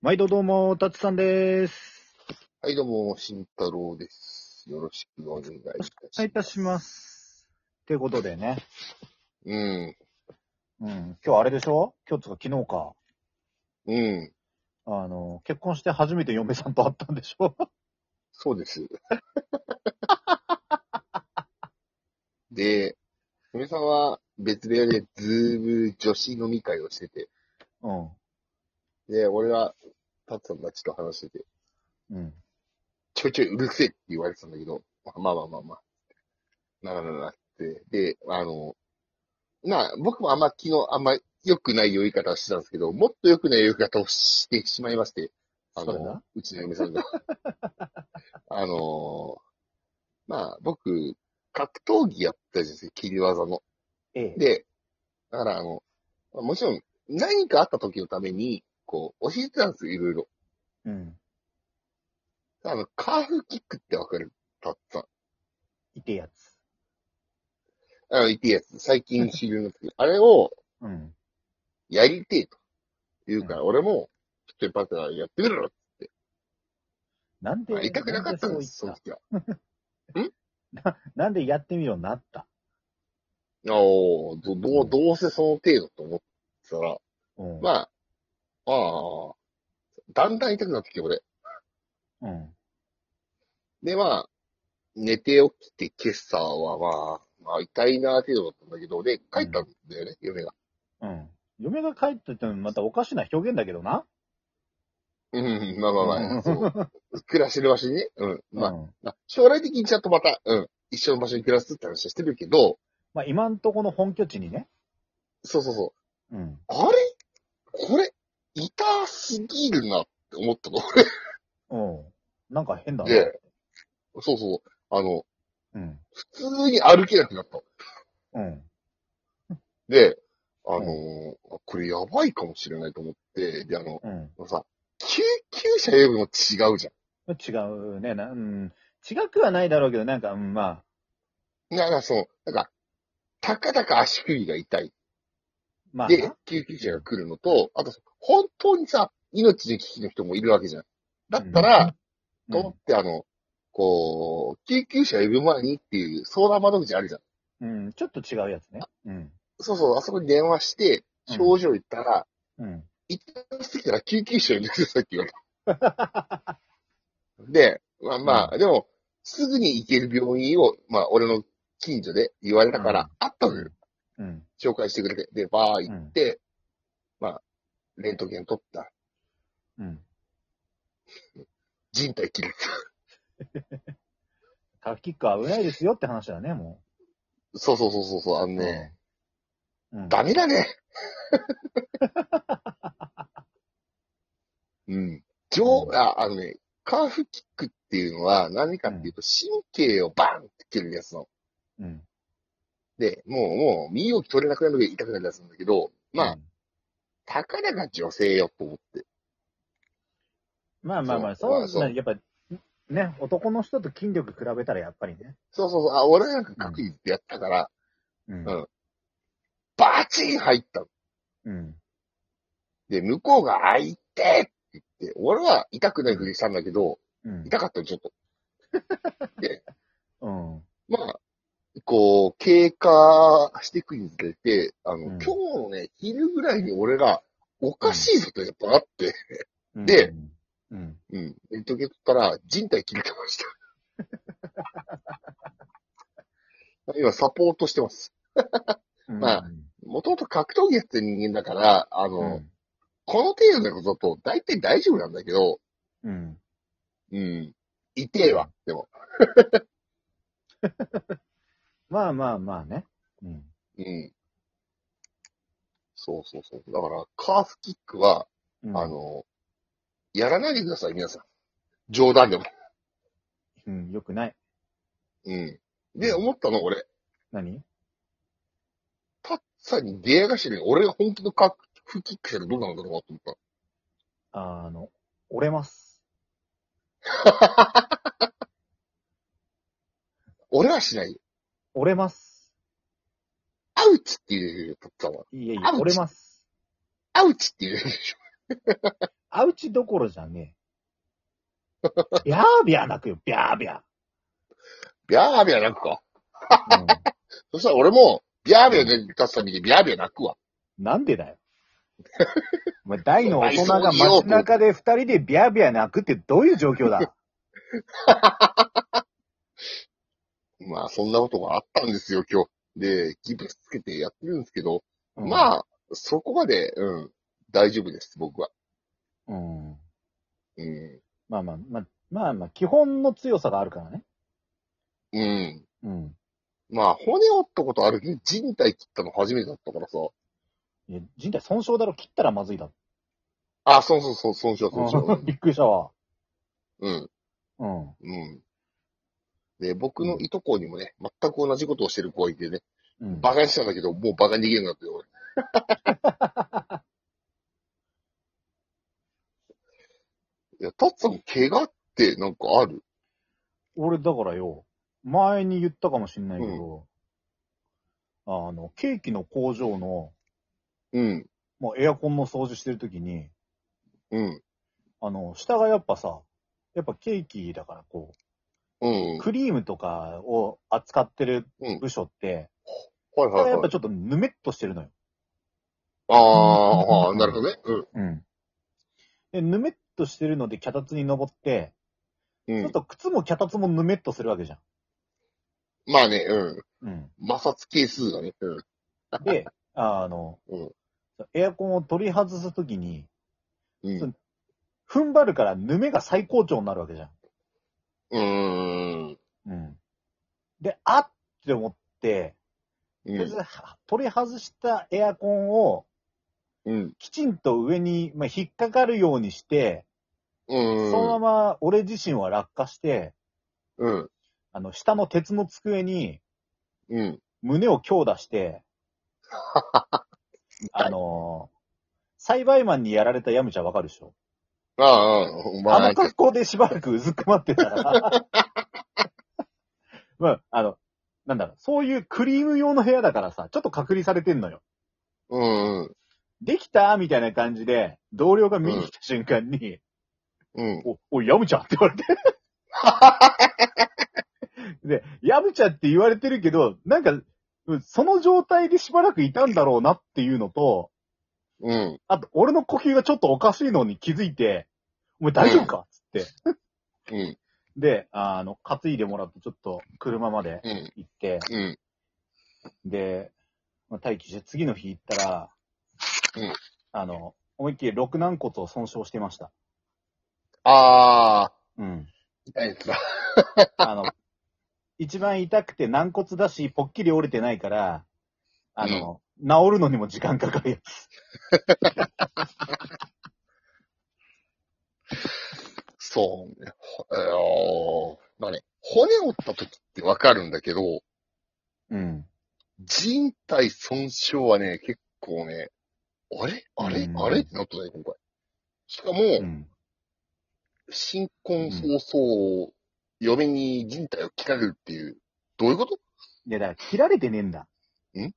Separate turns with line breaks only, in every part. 毎度どうも、たつさんです。
はい、どうも、慎太郎です。よろしくお願いいたします。
お願いいたします。っていうことでね。
うん、
うん。今日あれでしょ今日つうか昨日か。
うん、
あの、結婚して初めて嫁さんと会ったんでし ょ
そ うです。で、嫁さんは別部屋でズーム女子飲み会をしてて、
う
で、俺はタツさんたちと話してて、
ん。うん。
ちょいちょいうるせえって言われてたんだけど、まあまあまあまあ、ならならなって、で、あの、なあ、僕もあんま昨日あんま良くない酔い方してたんですけど、もっと良くない酔い方をしてしまいまして、あ
それな
の、うちの嫁さんが。 あの、まあ僕、格闘技やったじゃないですか、切り技の。
ええ。
で、だからあの、まあもちろん何かあった時のために、こう、教えてたんですよ、いろいろ。
うん。
あの、カーフキックってわかるたった。
いてえやつ。
あの、いてやつ、最近主流の 時、あれを
うん。
やりてえと。言うから、俺も、ちょっとやっぱやってみろよ。
なんで、
まあ痛くなかったん
なん
で、
ですそ
そうの
言っ
時は。
たなんでやってみようになった
おー、ど、どう、どうせその程度と思ってたら、
うん。
まあ、ああ、だんだん痛くなってきて、俺。
うん。
で、まあ、寝て起きて、今朝はまあ、まあ、痛いな程度だったんだけど、で、帰ったんだよね、夢が。
うん。嫁が帰っててもまたおかしな表現だけどな。
うん、まあまあまあ、そうう。 暮らしてる場所にね、うん。まあ、
ん。
まあ、将来的にちゃんとまた、うん、一緒の場所に暮らすって話はしてるけど、
まあ今んとこの本拠地にね。
そうそうそう。
うん。
あれこれ、痛すぎるなって思ったの。
うん。なんか変だな。
で、そうそう。あの、
うん。
普通に歩けなくなった。
うん。
で、あのー
う
これやばいかもしれないと思って、で、あの、
うん。
さ、救急車よりも違うじゃ
違うね。なうん、違くはないだろうけど、なんか、うんまあ、
ん。な、な、その、なんか、たかだか足首が痛い。
まあ
で
な、、
救急車が来るのと、あと、本当にさ、命の危機の人もいるわけじゃん。だったら、
うん
と思って、あの、こう、救急車呼ぶ前にっていう相談窓口あるじゃん。
うん、ちょっと違うやつね。うん。
そうそう、あそこに電話して、
うん
症状言ったら、
うん。
一旦してきたら救急車呼ん でくださいって言われた。で、まあまあ、でも、すぐに行ける病院を、まあ、俺の近所で言われたから、
うん
あったのよ。
うん。
紹介してくれて。で、バー行
うん
って、まあ、レントゲン取った。
うん。
人体切れてた。
タフキックは危ないですよって話だね、も
そうそうそうそうそう、あの
う。
ね、
うん。
ダメだ ね。うん。上、あ、あのね、カーフキックっていうのは何かっていうと、神経をバーンって切るやつなの。
うん。
で、もう、もう、身動き取れなくなるぐらい痛くなるやつなんだけど、まあ、
うん、
たかだか女性よと思って。
まあまあまあ、
そ
そう、
うまあそう
なやっぱ、ね、男の人と筋力比べたらやっぱりね。
そうそうそう、あ、俺なんか確率でやったから、
うん。
うんバチン入ったの。
うん。
で、向こうが、あ、痛ってって言って、俺は痛くないふりしたんだけど、
うん。
痛かったの、ちょっと。
うん。
まあ、こう、経過していくにつれて、あの、
うん
今日のね、昼ぐらいに俺が、おかしいぞとやっぱあって、
うん
で、
うん。
うん。ネットゲットったら、人体切れてました。 今、サポートしてます。
うん
まあ、もともと格闘技やってる人間だから、あの、
うん。
この程度のことと大体大丈夫なんだけど、
うん。
うん。痛えわ、でも。
まあまあまあね。うん。
うん。そうそうそう。だから、カーフキックは、
うん
あ、の、やらないでください、皆さん。冗談でも。
うん、よくない。
うん。で、思ったの、俺。
何
たっさんに出会い頭に俺が本気のカーフキックしたらどうなんだろうなと思った。
あの、折れます。
俺はしない。
折れます。
アウチっていう、たっさんは。
いえいえ
アウ、チ
折れます。
アウチっていうでしょ。
アウちどころじゃねえ。ビャービャー泣くよ、ビャービャー。
ビャービャー泣くか。
うん
そしたら俺も、ビャービャー泣くたびにビャービャー泣くわ。
なんでだよ。お前、大の大人が街中で二人でビャービャー泣くってどういう状況だ
まあ、そんなことがあったんですよ、今日。で、ギブスつけてやってるんですけど、
あ。
まあ、そこまで、うん、大丈夫です、僕は。
うん。
うん。
まあまあ、まあ、まあまあ、基本の強さがあるからね。
うん。
うん。
まあ、骨折ったことあるけど、人体切ったの初めてだったからさ。
いや人体損傷だろ、切ったらまずいだろ。
あ、そうそうそう、損傷損
う
傷
ん。びっくりしたわ。
うん、
うん。
うん。で、僕のいとこにもね、全く同じことをしてる子がいてね、
うん。
馬鹿にしたんだけど、もう馬鹿にできるようになって る、俺。いや、タッツァも怪我ってなんかある
俺、だからよ、前に言ったかもしんないけど、あの、ケーキの工場の、
うん、
もうエアコンの掃除してるときに、
うん、
あの、下がやっぱさ、やっぱケーキだから、こう、
うん。
クリームとかを扱ってる部署って、た
はい
だ
はい
やっ
は
ぱ
い。
ちょっとぬめっとしてるのよ。
ああ、なるほどね。うん、
うん。で、ぬめっとしてるので脚立に登って、
う
ちょっ
ん。
と靴も脚立もぬめっとするわけじゃ
まあね、うん。
ん。
摩擦係数がね、うん。
うん。で、あの、
うん
エアコンを取り外すときに、
うん。
そう踏ん張るからぬめが最高潮になるわけじゃ
うーん。
ん。うん。で、あっって思って、
う
とりあえ
ん
ず。取り外したエアコンを
うん。
きちんと上に、まあ、引っかかるようにして、
うん。
そのまま俺自身は落下して、
うん。
あの、下の鉄の机に
うん。
胸を強打して、あのー栽培マンにやられたヤムチャわかるでしょ
ああ、ああま
あ
あ、
の格好でしばらくうずくまってた ら、まあ、あの、なんだろう、そういうクリーム用の部屋だからさ、ちょっと隔離されてんのよ。
うん。うん
できたみたいな感じで、同僚が見に来た瞬間に、
うん。
お、おい、ヤムチャって言われて。 で、ヤムチャって言われてるけど、なんか、うんその状態でしばらくいたんだろうなっていうのと、
うん。
あと、俺の呼吸がちょっとおかしいのに気づいて、お前大丈夫かつって。
うん。
で、あの、担いでもらって、ちょっと車まで
うん。
行って、
うん。
で、まあ、待機して、次の日行ったら、
うん
あの、思いっきり肋軟骨を損傷してました。
ああ、
うん。
痛いやつだ。
あの、一番痛くて軟骨だし、ぽっきり折れてないから、あの、治るのにも時間かかるやつ。
そうね。ほあのーまあね、骨折った時ってわかるんだけど、
うん。
人体損傷はね、結構ね、あれあれ
うん
あれってなったね、今回。しかも、
うん。
新婚早々、嫁に人体を切られるっていう、どういうこと
いや、だから切られてねえんだ。
ん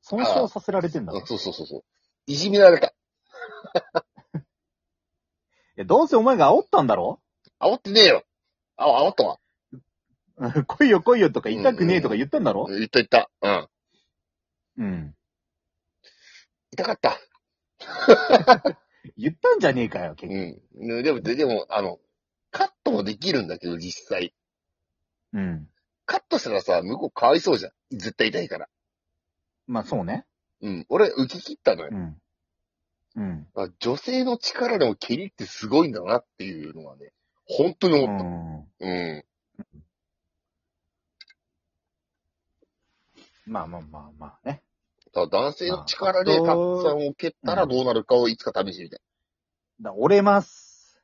損傷させられてんだ。い
あそうそうそうそう。いじめられた。
や、どうせお前が煽ったんだろ
煽ってねえよ。あ、煽ったわ。
来いよ来いよとか痛くねえとか言ったんだろ
言った言った。う
う
ん。
ん。
痛かった。
言ったんじゃねえかよ、
う
結局。
ん。ねでも、ででも、あの、カットもできるんだけど、実際。
うん。
カットしたらさ、向こうかわいそうじゃん。絶対痛いから。
まあ、そうね。
うん。俺、浮き切ったのよ
う。ん。うん。
まあ女性の力でも蹴りってすごいんだなっていうのはね、本当に
う
思った。
ん。
うん。
まあまあまあまあね。
だから男性の力でタッツァンを蹴ったらどうなるかをいつか試してみたい。
だ折れます。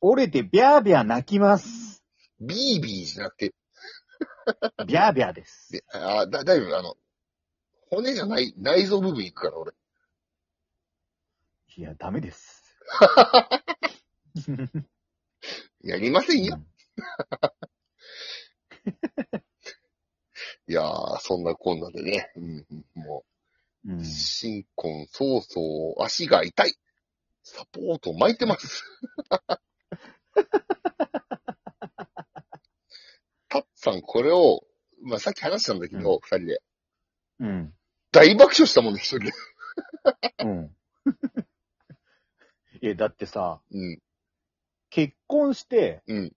折れてビャービャー泣きます。
ビービーじゃなくて、
ビャービャーです。
であーだ、だいぶあの、骨じゃない、内臓部分いくから俺。
いや、ダメです。
やりませんよ。
うん
いやー、そんなこんなでね。うん、も
うん
う、新婚早々、足が痛い。サポート巻いて ます。タッツさん、これを、まあ、さっき話したんだけど、二、人で。
うん。
大爆笑したもんね、一人で。
うん。いや、だってさ、
うん。
結婚して、
うん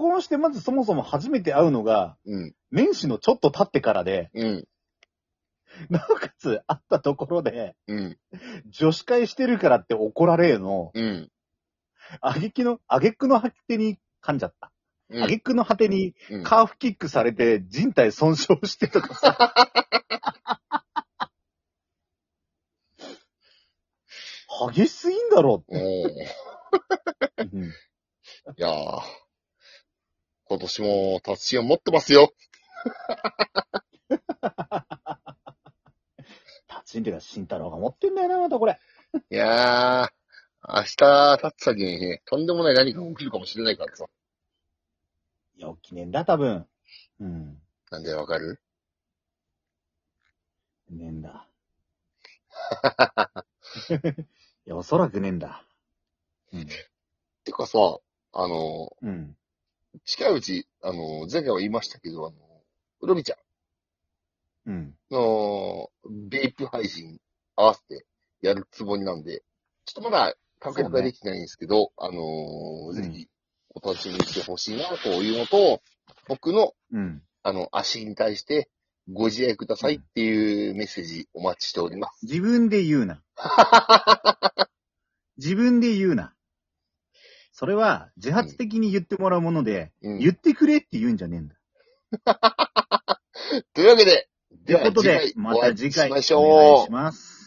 結婚してまずそもそも初めて会うのが、
うん。
年始のちょっと経ってからで、
うん。
なおかつ会ったところで、
うん。
女子会してるからって怒られーの、
うん。
あげきの、あげくの果てに噛んじゃった。
う
あ
ん。
げくの果てに
うん
カーフキックされて人体損傷してとかさ。激しすぎんだろ
おーい
って。うん
やー。今年も、達人を持ってますよ。
達人っていうか慎太郎が持ってんだよな、またこれ。
いやー。明日、タッツさんにね、とんでもない何かが起きるかもしれないからさ。
いや、記念だ、多分。うん。
なんでわかる
ねえんだ。 いや、おそらくねえんだ。うん。
てかさ、あの、
うん。
近いうち、あの、前回は言いましたけど、あの、ロビちゃん
うん。
の、ベイプ配信合わせてやるつもりなんで、ちょっとまだ確約ができてないんですけど、あのー
うん
ぜひお楽しみにしてほしいなというのと、僕の、
うん。
あの、足に対してご自愛くださいっていうメッセージお待ちしております。
自分で言う な。自分で言うな。それは自発的に言ってもらうもので、
うん。
言ってくれって言うんじゃねえんだ。
というわけで、
ということで、
お
ま
会
た
い
次
し
回お
ま
願い
しょう
し。ます。